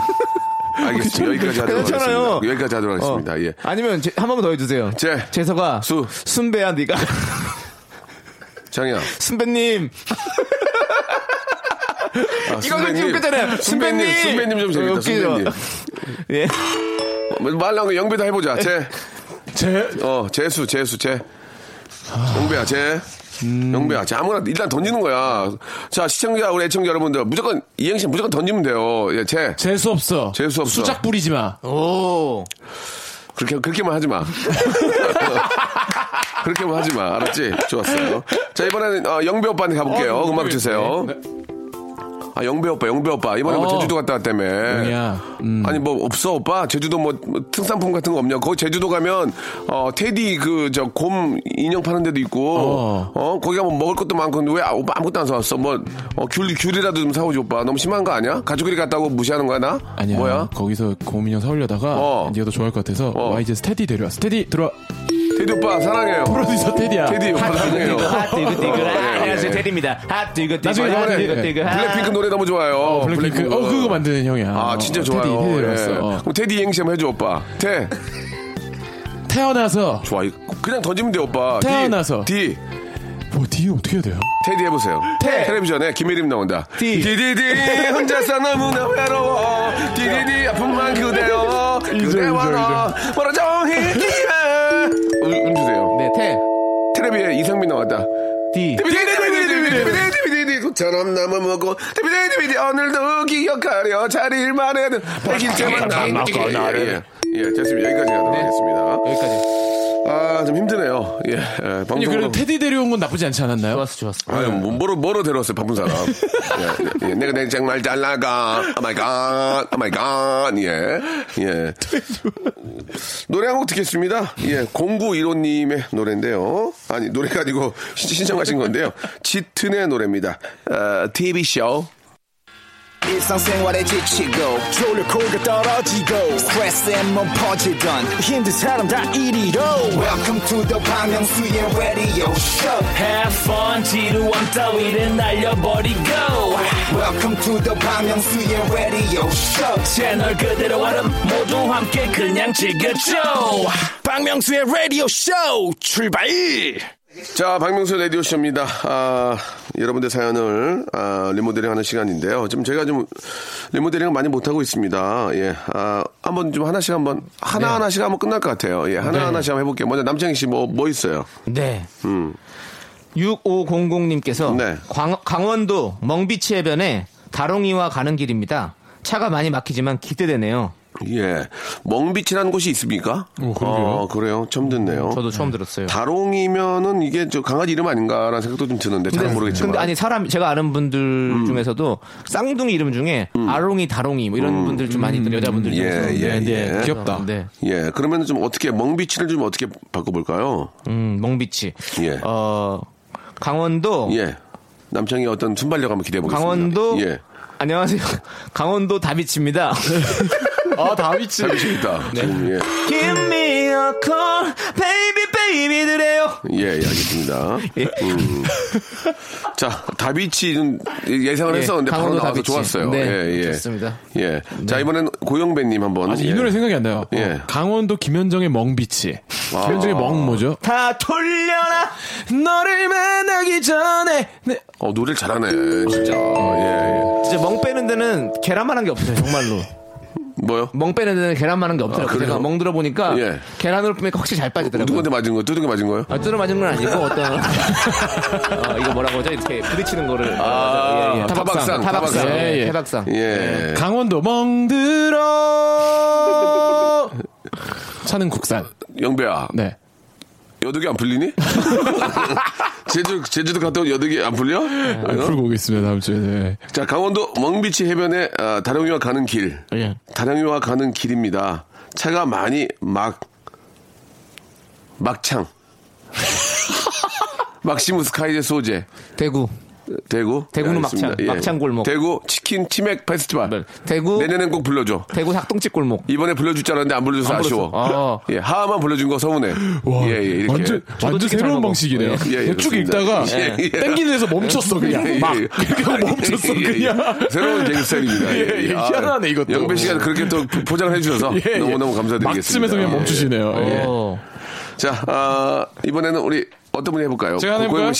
Speaker 3: 알겠습니다. 여기까지 하도록
Speaker 5: 괜찮아요.
Speaker 3: 하겠습니다. 여기까지 하도록
Speaker 9: 어.
Speaker 3: 하겠습니다. 예.
Speaker 5: 아니면 한 번만 더 해주세요.
Speaker 3: 제,
Speaker 5: 재서가
Speaker 3: 수.
Speaker 5: 순배야 네가
Speaker 3: 장이야.
Speaker 5: 순배님
Speaker 3: 아,
Speaker 5: 이거 그렇게 웃겼잖아요.
Speaker 3: 순배님,
Speaker 5: 순배님.
Speaker 3: 순배님 좀 재밌다.
Speaker 5: 어, 웃기죠.
Speaker 3: 순배님.
Speaker 5: 예
Speaker 3: 어, 말 나온 거 영배다 해보자. 제,
Speaker 8: 제
Speaker 3: 어, 재수, 재수, 제. 영배야, 제.
Speaker 5: 음.
Speaker 3: 영배야, 제 아무나 일단 던지는 거야. 자, 시청자 우리 애청자 여러분들 무조건 이행시 무조건 던지면 돼요. 예, 제.
Speaker 8: 재수 없어.
Speaker 3: 재수 없어.
Speaker 8: 수작 부리지 마.
Speaker 3: 그렇게 그렇게만 하지 마. 그렇게만 하지 마. 알았지? 좋았어요. 자 이번에는 어, 영배 오빠한테 가볼게요.
Speaker 8: 어,
Speaker 3: 음악
Speaker 8: 네.
Speaker 3: 주세요.
Speaker 8: 네.
Speaker 3: 아 영배 오빠, 영배 오빠. 이번에 뭐
Speaker 8: 어.
Speaker 3: 제주도 갔다 왔다며.
Speaker 8: 영희야, 음.
Speaker 3: 아니 뭐 없어 오빠. 제주도 뭐, 뭐 특산품 같은 거 없냐? 거기 제주도 가면 어, 테디 그 저 곰 인형 파는 데도 있고. 어.
Speaker 8: 어.
Speaker 3: 거기 가면 먹을 것도 많고 근데 왜 아, 오빠 아무것도 안 사왔어? 뭐귤 귤이라도 좀 사오지 오빠. 너무 심한 거 아니야? 가족끼리 갔다고 무시하는 거야 나?
Speaker 8: 아니야.
Speaker 3: 뭐야?
Speaker 8: 거기서 고민형 사오려다가
Speaker 3: 어.
Speaker 8: 네가 더 좋아할 것 같아서
Speaker 3: 어.
Speaker 8: 와 이제 스테디 데려와. 스테디 들어와.
Speaker 3: 테디 오빠 사랑해요.
Speaker 8: 프로듀서 테디야.
Speaker 3: 어. 테디 오빠 사랑해요.
Speaker 5: 아, 띠그띠그 아,
Speaker 3: 예, 예.
Speaker 5: 안녕하세요 테디입니다 핫띠그 띠그
Speaker 3: 아, 이번에
Speaker 5: 핫띠그
Speaker 3: 블랙핑크 노래 너무 좋아요.
Speaker 8: 블랙핑크. 어 그거 만드는 형이야.
Speaker 3: 아
Speaker 8: 어,
Speaker 3: 진짜
Speaker 8: 어,
Speaker 3: 좋아요.
Speaker 8: 테디 테디 데려왔어.
Speaker 3: 예.
Speaker 8: 어.
Speaker 3: 그럼 테디 이행시 한번 해줘 오빠. 테
Speaker 8: 태어나서
Speaker 3: 좋아. 이거 그냥 던지면 돼 오빠. 디.
Speaker 8: 태어나서.
Speaker 3: 디.
Speaker 8: 뭐 뒤에 어떻게 해야 돼요?
Speaker 3: 테디 해보세요.
Speaker 5: 테.
Speaker 3: 텔레비전에 김혜림 나온다.
Speaker 5: 디.
Speaker 3: 디디디 혼자서 너무나 외로워. 디디디 아픔만
Speaker 8: 네.
Speaker 3: 그대여. 그대와라 멀어 정해. 음 주세요.
Speaker 9: 네, 태.
Speaker 3: 테레비에 이상민 나왔다.
Speaker 9: 디.
Speaker 3: 처럼 넘어먹고 디비디비디 오늘도 기억하려 자리를 마련해 백일째만 남기게 예, 예, 예, 됐습니다 여기까지 가도록 하겠습니다
Speaker 9: 여기까지.
Speaker 3: 아좀 힘드네요 예, 예
Speaker 8: 아니
Speaker 3: 방송으로
Speaker 8: 그래도 테디 데려온 건 나쁘지 않지 않았나요?
Speaker 9: 좋았어, 좋았어.
Speaker 3: 아유 뭐, 뭐로 뭐로 데려왔어요 바쁜 사람 예, 예, 내가 내 정말 잘 나가 Oh 오 마이 갓오 마이 예, 갓예예 노래 한 곡 듣겠습니다 예 공구 1 5님의 노래인데요 아니 노래가 아니고 시- 신청하신 건데요 짙은의 노래입니다 아, TV 쇼
Speaker 10: 일상생활에 지치고, 졸려 코가 떨어지고, 스트레스에 몸 퍼지던, 힘든 사람 다 이리로. welcome to the Bang Myung-soo's radio show
Speaker 2: Have fun 지루한 따위를 날려버리고
Speaker 10: welcome to the Bang Myung-soo's radio show
Speaker 2: 채널 그대로 얼음 모두 함께 그냥 즐겨줘
Speaker 1: 박명수의 라디오 쇼 출발!
Speaker 3: 자, 박명수 라디오 쇼입니다. 아, 여러분들 사연을 아, 리모델링 하는 시간인데요. 지금 제가 좀 리모델링을 많이 못 하고 있습니다. 예. 아, 한번 좀 하나씩 한번
Speaker 9: 네.
Speaker 3: 하나 하나씩 한번 끝날 것 같아요. 예. 하나 하나씩 한번 해 볼게요. 먼저 남창희 씨 뭐 뭐 있어요? 음,
Speaker 9: 네. 6500님께서
Speaker 3: 네.
Speaker 9: 강원도 멍비치 해변에 다롱이와 가는 길입니다. 차가 많이 막히지만 기대되네요.
Speaker 3: 예. 멍비치라는 곳이 있습니까?
Speaker 8: 그러게요.
Speaker 3: 아, 그래요. 처음 듣네요.
Speaker 9: 저도 처음 들었어요.
Speaker 3: 다롱이면은 이게 저 강아지 이름 아닌가라는 생각도 좀 드는데 잘 모르겠지만. 음.
Speaker 9: 근데 아니 사람 제가 아는 분들 중에서도 쌍둥이 이름 중에 아롱이 다롱이 뭐 이런 분들 좀 많이 있던 여자분들
Speaker 3: 음. 예,
Speaker 9: 중에서
Speaker 3: 예,
Speaker 9: 네,
Speaker 3: 예.
Speaker 9: 네.
Speaker 8: 귀엽다.
Speaker 9: 네.
Speaker 3: 예. 그러면 좀 어떻게 멍비치를 좀 어떻게 바꿔 볼까요?
Speaker 9: 음, 멍비치.
Speaker 3: 예.
Speaker 9: 어, 강원도
Speaker 3: 예. 남창희 어떤 순발력 한번 기대해 보겠습니다.
Speaker 9: 어. 강원도
Speaker 3: 예.
Speaker 9: 안녕하세요. 강원도 다비치입니다.
Speaker 8: 아 다비치.
Speaker 3: 잘 미치겠다.
Speaker 9: 네.
Speaker 3: 지금, 예.
Speaker 9: Give me a call, baby, baby, 드래요.
Speaker 3: 예, 예, 알겠습니다. 음. 자, 다비치는 예상을
Speaker 9: 예,
Speaker 3: 했었는데 바로
Speaker 9: 강원도
Speaker 3: 나와서
Speaker 9: 다비치.
Speaker 3: 좋았어요.
Speaker 9: 네,
Speaker 3: 예, 예.
Speaker 9: 좋습니다. 네.
Speaker 3: 예. 자, 이번엔 고영배님 한 번.
Speaker 8: 아니
Speaker 3: 예.
Speaker 8: 이 노래 생각이 안 나요. 어,
Speaker 3: 예.
Speaker 8: 강원도 김현정의 멍비치. 김현정의 멍 뭐죠?
Speaker 9: 다 돌려라.
Speaker 8: 너를 만나기 전에 네.
Speaker 3: 어, 노래를 잘하네. 진짜. 예,
Speaker 9: 진짜 멍 빼는 데는 계란만한 게 없어요, 정말로.
Speaker 3: 예. 뭐요?
Speaker 9: 멍 빼는 데는 계란만한 게 없더라고요.
Speaker 3: 그래요?
Speaker 9: 제가 멍 들어보니까
Speaker 3: 예.
Speaker 9: 계란으로 빼니까 확실히 잘 빠지더라고요.
Speaker 3: 누구한테 맞은 거요 두둑이 맞은 거요?
Speaker 9: 아, 뚫어 맞은 건 아니고 어떤 어, 이거 뭐라고 하죠? 이렇게 부딪히는 거를
Speaker 3: 아,
Speaker 9: 예, 예.
Speaker 3: 타박상,
Speaker 9: 타박상, 타박상,
Speaker 3: 타박상.
Speaker 9: 예, 네.
Speaker 8: 예, 예.
Speaker 9: 타박상.
Speaker 3: 예.
Speaker 8: 강원도 멍들어 차는 국산.
Speaker 3: 영배야.
Speaker 8: 네.
Speaker 3: 여독이 안 풀리니? 제주, 제주도 갔다 온 여독이 안 풀려?
Speaker 9: 네.
Speaker 3: 어?
Speaker 8: 아,
Speaker 3: 이거?
Speaker 8: 풀고 오겠습니다 다음 주에. 네.
Speaker 3: 자, 강원도 멍비치 해변에 아, 다령이와 가는 길.
Speaker 9: 예.
Speaker 3: 다령이와 가는 길입니다. 차가 많이 막 막창. 막시무 스카이의 소재.
Speaker 9: 대구.
Speaker 3: 대구?
Speaker 9: 대구는
Speaker 3: 예,
Speaker 9: 막창,
Speaker 3: 알겠습니다.
Speaker 9: 막창 골목.
Speaker 3: 대구 치킨 치맥 페스티벌.
Speaker 9: 네. 대구-
Speaker 3: 내년엔 꼭 불러줘.
Speaker 9: 대구 닭똥집 골목.
Speaker 3: 이번에 불러줄 줄 알았는데 안 불러줘서
Speaker 9: 안 불렀어.
Speaker 3: 아쉬워.
Speaker 9: 어.
Speaker 3: 예, 하하만 불러준 거 서운해.
Speaker 8: 와,
Speaker 3: 예, 예, 이렇게.
Speaker 8: 완전, 완전
Speaker 9: 찌개 잘
Speaker 8: 새로운
Speaker 9: 먹어.
Speaker 8: 방식이네요.
Speaker 3: 예, 예,
Speaker 8: 쭉
Speaker 3: 그렇습니다.
Speaker 8: 읽다가
Speaker 3: 예, 예.
Speaker 8: 땡기는 데서 멈췄어 그냥.
Speaker 3: 예, 예,
Speaker 8: 막
Speaker 3: 예.
Speaker 8: 그냥 멈췄어
Speaker 3: 예, 예.
Speaker 8: 그냥.
Speaker 3: 새로운 개그 스타일입니다.
Speaker 8: 예, 예.
Speaker 3: 아,
Speaker 8: 희한하네, 이것도.
Speaker 3: 영배 씨가 그렇게 또 포장을 해주셔서
Speaker 8: 예, 예.
Speaker 3: 너무너무 감사드리겠습니다.
Speaker 8: 막쯤에서 그냥
Speaker 3: 예, 예.
Speaker 8: 멈추시네요. 예.
Speaker 9: 어.
Speaker 3: 자, 아, 이번에는 우리 어떤 분이 해볼까요?
Speaker 8: 제가 하나
Speaker 3: 고영
Speaker 8: 해볼까요? 음.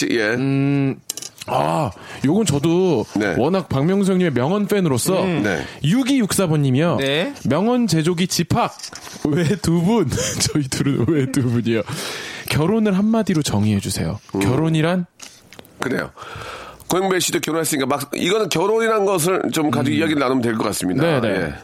Speaker 3: 씨, 예.
Speaker 8: 아, 요건 저도
Speaker 3: 네.
Speaker 8: 워낙 박명수 형님의 명언 팬으로서
Speaker 3: 네.
Speaker 8: 6264번님이요.
Speaker 9: 음. 네.
Speaker 8: 명언 제조기 집합. 왜 두 분? 저희 둘은 왜 두 분이요? 결혼을 한마디로 정의해주세요.
Speaker 3: 음.
Speaker 8: 결혼이란?
Speaker 3: 그래요. 고영배 씨도 결혼했으니까 막 이거는 결혼이란 것을 좀 가지고 이야기를 나누면 될 것 같습니다.
Speaker 8: 음. 네, 네.
Speaker 3: 예.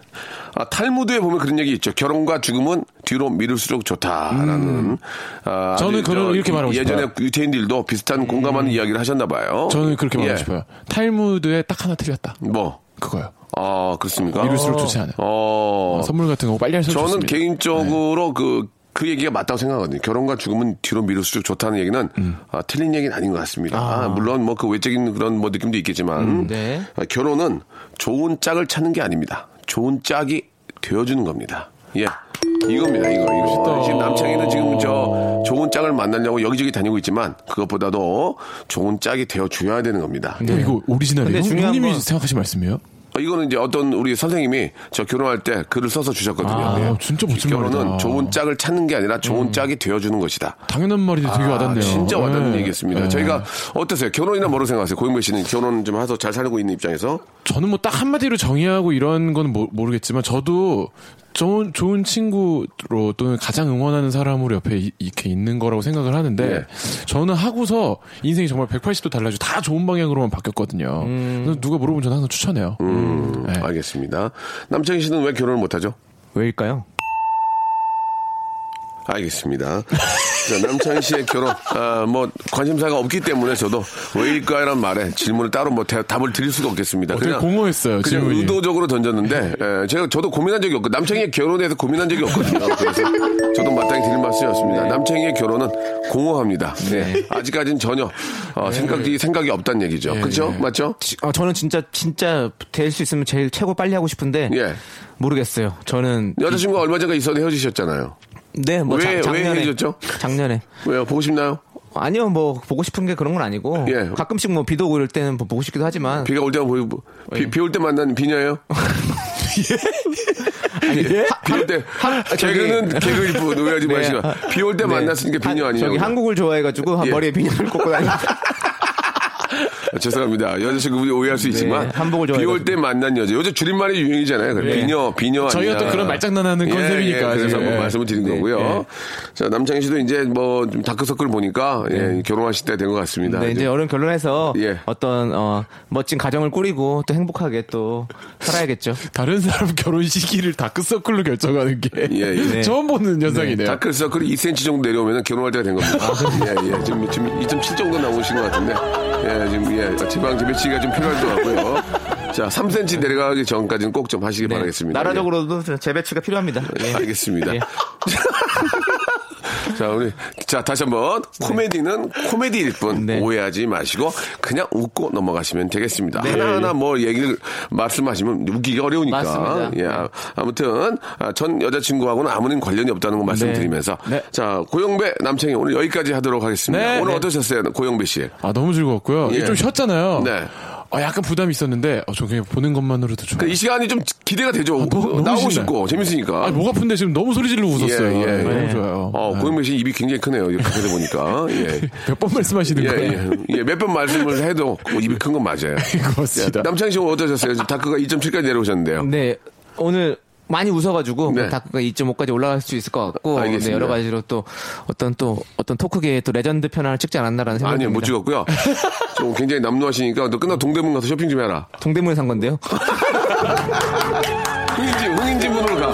Speaker 3: 아, 탈무드에 보면 그런 얘기 있죠. 결혼과 죽음은 뒤로 미룰수록 좋다라는. 아, 아주
Speaker 8: 음. 저는 그런-
Speaker 3: 저
Speaker 8: 이렇게 말하고
Speaker 3: 예전에
Speaker 8: 싶어요. 음.
Speaker 3: 유태인들도 비슷한 공감하는 이야기를 하셨나 봐요.
Speaker 8: 저는 그렇게 말하고
Speaker 3: 예.
Speaker 8: 싶어요. 탈무드에 딱 하나 틀렸다.
Speaker 3: 뭐,
Speaker 8: 그거요.
Speaker 3: 아 그렇습니까?
Speaker 8: 이럴수록 좋지 않아요.
Speaker 3: 어,
Speaker 8: 선물 같은 거 빨리 할수
Speaker 3: 저는
Speaker 8: 좋습니다. 네.
Speaker 3: 개인적으로 그, 그 얘기가 맞다고 생각하거든요. 결혼과 죽음은 뒤로 미룰수록 좋다는 얘기는
Speaker 8: 음.
Speaker 3: 아, 틀린 얘기는 아닌 것 같습니다. 아, 물론 뭐 그 외적인 그런 뭐 느낌도 있겠지만
Speaker 8: 음,
Speaker 9: 네.
Speaker 3: 아, 결혼은 좋은 짝을 찾는 게 아닙니다. 좋은 짝이 되어주는 겁니다. 예. 이겁니다, 이거, 이거. 지금 남창희는 지금 저 좋은 짝을 만나려고 여기저기 다니고 있지만 그것보다도 좋은 짝이 되어줘야 되는 겁니다.
Speaker 8: 네. 이거 오리지널이에요.
Speaker 9: 근데 중요한
Speaker 8: 형님이
Speaker 9: 건-
Speaker 8: 생각하신 말씀이에요?
Speaker 3: 어, 이거는 이제 어떤 우리 선생님이 저 결혼할 때 글을 써서 주셨거든요.
Speaker 8: 아,
Speaker 3: 예.
Speaker 8: 진짜 멋진
Speaker 3: 결혼은
Speaker 8: 말이다.
Speaker 3: 좋은 짝을 찾는 게 아니라 좋은 짝이 되어주는 것이다.
Speaker 8: 당연한 말인데 되게 와닿네요.
Speaker 3: 아, 진짜 와닿는
Speaker 8: 예.
Speaker 3: 얘기였습니다.
Speaker 8: 예.
Speaker 3: 저희가 어떠세요? 결혼이나 뭐로 생각하세요? 고영배 씨는 결혼 좀 해서 잘 살고 있는 입장에서
Speaker 8: 저는 뭐 딱 한마디로 정의하고 이런 건 모, 모르겠지만 저도 좋은, 좋은 친구로 또는 가장 응원하는 사람으로 옆에 이, 이렇게 있는 거라고 생각을 하는데
Speaker 3: 예.
Speaker 8: 저는 하고서 인생이 정말 180도 달라지고 다 좋은 방향으로만 바뀌었거든요. 그래서 누가 물어보면 저는 항상 추천해요.
Speaker 3: 음,
Speaker 8: 예.
Speaker 3: 알겠습니다. 남창희 씨는 왜 결혼을 못하죠?
Speaker 9: 왜일까요?
Speaker 3: 알겠습니다. 자, 남창희 씨의 결혼, 아, 뭐, 관심사가 없기 때문에 저도 왜일까라는 말에 질문을 따로 뭐 대- 답을 드릴 수가 없겠습니다.
Speaker 8: 되게 공허했어요,
Speaker 3: 그냥
Speaker 8: 질문이.
Speaker 3: 의도적으로 던졌는데, 예, 제가 저도 고민한 적이 없고, 남창희의 결혼에 대해서 고민한 적이 없거든요. 그래서 저도 마땅히 드릴 말씀이었습니다.
Speaker 8: 네.
Speaker 3: 남창희의 결혼은 공허합니다. 아직까지는 전혀 어,
Speaker 8: 네.
Speaker 3: 생각이, 생각이 없다는 얘기죠. 그렇죠 맞죠?
Speaker 9: 지- 아, 저는 진짜 진짜 될 수 있으면 제일 최고 빨리 하고 싶은데
Speaker 3: 예.
Speaker 9: 모르겠어요. 저는
Speaker 3: 여자친구가 얼마 전에 있어도 헤어지셨잖아요.
Speaker 9: 네뭐
Speaker 3: 왜- 왜
Speaker 9: 작년에
Speaker 3: 헤어졌죠?
Speaker 9: 작년에
Speaker 3: 왜요? 보고 싶나요?
Speaker 9: 아니요 뭐 보고 싶은 게 그런 건 아니고
Speaker 3: 예.
Speaker 9: 가끔씩 뭐 비도 오고 이럴 때는 뭐 보고 싶기도 하지만
Speaker 3: 비가 올 때만 보이고, 비, 비 올 때 만난 비녀예요? 예? 비 올 때. 아,
Speaker 9: 하- 예? 저기-
Speaker 3: 개그는 개그일 뿐, 오해하지
Speaker 9: 네.
Speaker 3: 마시고. 비 올 때
Speaker 9: 네.
Speaker 3: 만났으니까 비녀
Speaker 9: 한-
Speaker 3: 아니냐고.
Speaker 9: 저기 한국을 좋아해가지고 한
Speaker 3: 예.
Speaker 9: 머리에 비녀를 꽂고 다니는
Speaker 3: 아, 죄송합니다. 여자친구분이 오해할 수 있지만.
Speaker 9: 네, 한복을
Speaker 3: 비 올
Speaker 9: 좋아해가지고. 네.
Speaker 3: 때 만난 여자. 요새 줄임말이 유행이잖아요. 그래. 비녀, 비녀
Speaker 8: 저희
Speaker 3: 아니냐.
Speaker 8: 어떤 그런 말장난하는 컨셉이니까
Speaker 3: 예, 그래서
Speaker 8: 지금.
Speaker 3: 한번 말씀을
Speaker 9: 네.
Speaker 3: 드린 거고요. 자, 남창희 씨도 이제 뭐좀 다크서클 보니까 예, 결혼하실 때 된 것 같습니다.
Speaker 9: 네, 이제 어른 결혼해서
Speaker 3: 예.
Speaker 9: 어떤 어, 멋진 가정을 꾸리고 또 행복하게 또 살아야겠죠.
Speaker 8: 다른 사람 결혼 시기를 다크서클로 결정하는 게
Speaker 3: 예, 예. 네.
Speaker 8: 처음 보는 현상이네요.
Speaker 3: 다크서클이 2cm 정도 내려오면 결혼할 때가 된 겁니다. 예, 예. 지금, 지금 2.7 정도 나오신 것 같은데. 예, 지금, 예. 지방 재배치가 좀 필요할 것 같고요. 자, 3cm 내려가기 전까지는 꼭 좀 하시기
Speaker 9: 네.
Speaker 3: 바라겠습니다.
Speaker 9: 나라적으로도 재배치가 필요합니다.
Speaker 3: 예. 알겠습니다.
Speaker 9: 예.
Speaker 3: 자, 우리, 자, 다시 한 번.
Speaker 8: 네.
Speaker 3: 코미디는 코미디일 뿐.
Speaker 9: 네.
Speaker 3: 오해하지 마시고, 그냥 웃고 넘어가시면 되겠습니다.
Speaker 8: 네.
Speaker 3: 하나하나 뭐 얘기를 말씀하시면 웃기기 어려우니까.
Speaker 9: 맞습니다.
Speaker 3: 예, 아, 아무튼, 아, 전 여자친구하고는 아무런 관련이 없다는 거 말씀드리면서.
Speaker 8: 네.
Speaker 3: 자, 고영배, 남창희 오늘 여기까지 하도록 하겠습니다.
Speaker 8: 네,
Speaker 3: 오늘
Speaker 8: 네.
Speaker 3: 어떠셨어요, 고영배 씨?
Speaker 8: 아 너무 즐거웠고요.
Speaker 3: 예.
Speaker 8: 좀 쉬었잖아요.
Speaker 3: 네.
Speaker 8: 아, 약간 부담이 있었는데 어, 저 그냥 보는 것만으로도 좋아요.
Speaker 3: 이 시간이 좀 기대가 되죠.
Speaker 8: 아, 뭐, 너무- 너무
Speaker 3: 나오고
Speaker 8: 신나요.
Speaker 3: 싶고, 재밌으니까.
Speaker 8: 아, 목 아픈데 지금 너무 소리 질러 웃었어요. 네.
Speaker 3: 예, 예,
Speaker 8: 너무
Speaker 3: 예.
Speaker 8: 좋아요.
Speaker 3: 어, 고영배 씨 입이 굉장히 크네요. 이렇게 되다 보니까. 예.
Speaker 8: 몇 번 말씀하시는
Speaker 3: 예,
Speaker 8: 거예요?
Speaker 3: 예, 예. 몇 번 말씀을 해도 뭐 입이 큰 건 맞아요.
Speaker 8: 그렇습니다.
Speaker 3: 예, 남창희 씨 오늘 어떠셨어요? 지금 다크가 2.7까지 내려오셨는데요.
Speaker 9: 네, 오늘 많이 웃어가지고
Speaker 3: 네.
Speaker 9: 다크가 2.5까지 올라갈 수 있을 것 같고
Speaker 3: 알겠습니다.
Speaker 9: 네, 여러 가지로 또 어떤 또 어떤 토크계의 또 레전드 편 하나 찍지 않았나라는 생각이
Speaker 3: 아니요, 못
Speaker 9: 듭니다.
Speaker 3: 찍었고요. 좀 굉장히 남루하시니까 너 끝나고 동대문 가서 쇼핑 좀 해라.
Speaker 9: 동대문에 산 건데요.
Speaker 3: 흥인지, 흥인지문으로 가.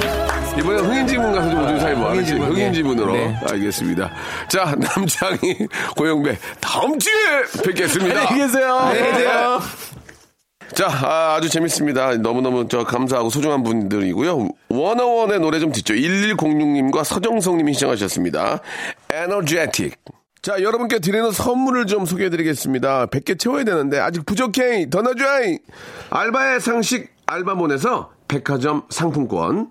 Speaker 3: 이번에 흥인지문 가서 좀 오줌 사이버. 알았지?
Speaker 9: 흥인지문,
Speaker 3: 흥인지문으로.
Speaker 9: 네.
Speaker 3: 알겠습니다. 자, 남창희, 고영배, 다음 주에 뵙겠습니다.
Speaker 9: 계세요. 네, 안녕히 계세요.
Speaker 3: 네, 자, 아, 주 재밌습니다. 너무너무 저 감사하고 소중한 분들이고요. 워너원의 노래 좀 듣죠. 1106님과 서정성님이 시청하셨습니다. 에너제틱. 자, 여러분께 드리는 선물을 좀 소개해 드리겠습니다. 100개 채워야 되는데, 아직 부족해. 더 넣어줘. 알바의 상식 알바몬에서 백화점 상품권.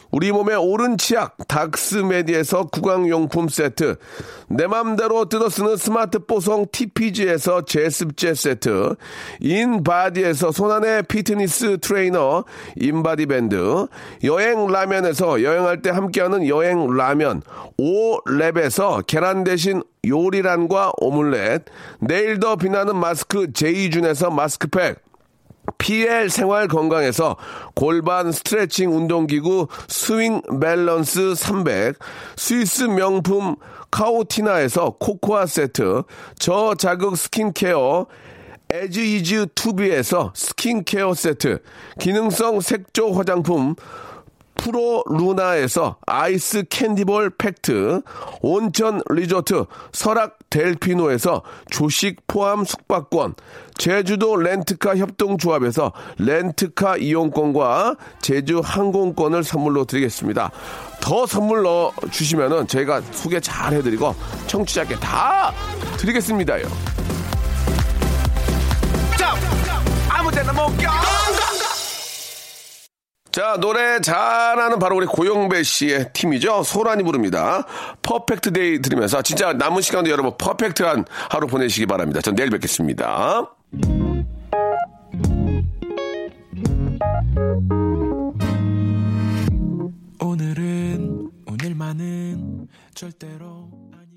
Speaker 3: 우리 몸의 오른 치약 닥스메디에서 구강용품 세트, 내 맘대로 뜯어 쓰는 스마트 뽀송 TPG에서 제습제 세트, 인바디에서 손안의 피트니스 트레이너 인바디 밴드, 여행 라면에서 여행할 때 함께하는 여행 라면, 오랩에서 계란 대신 요리란과 오믈렛, 내일 더 빛나는 마스크 제이준에서 마스크팩, PL 생활 건강에서 골반 스트레칭 운동기구 스윙 밸런스 300, 스위스 명품 카오티나에서 코코아 세트, 저자극 스킨케어, 에즈이즈 투비에서 스킨케어 세트, 기능성 색조 화장품, 프로 루나에서 아이스 캔디볼 팩트, 온천 리조트 설악 델피노에서 조식 포함 숙박권, 제주도 렌트카 협동조합에서 렌트카 이용권과 제주 항공권을 선물로 드리겠습니다. 더 선물 넣어 주시면은 저희가 소개 잘 해드리고 청취자께 다 드리겠습니다요. 자, 노래 잘하는 바로 우리 고영배 씨의 팀이죠. 소란이 부릅니다. 퍼펙트 데이 들으면서 진짜 남은 시간도 여러분 퍼펙트한 하루 보내시기 바랍니다. 전 내일 뵙겠습니다.
Speaker 8: 오늘은 오늘만은 절대로 아니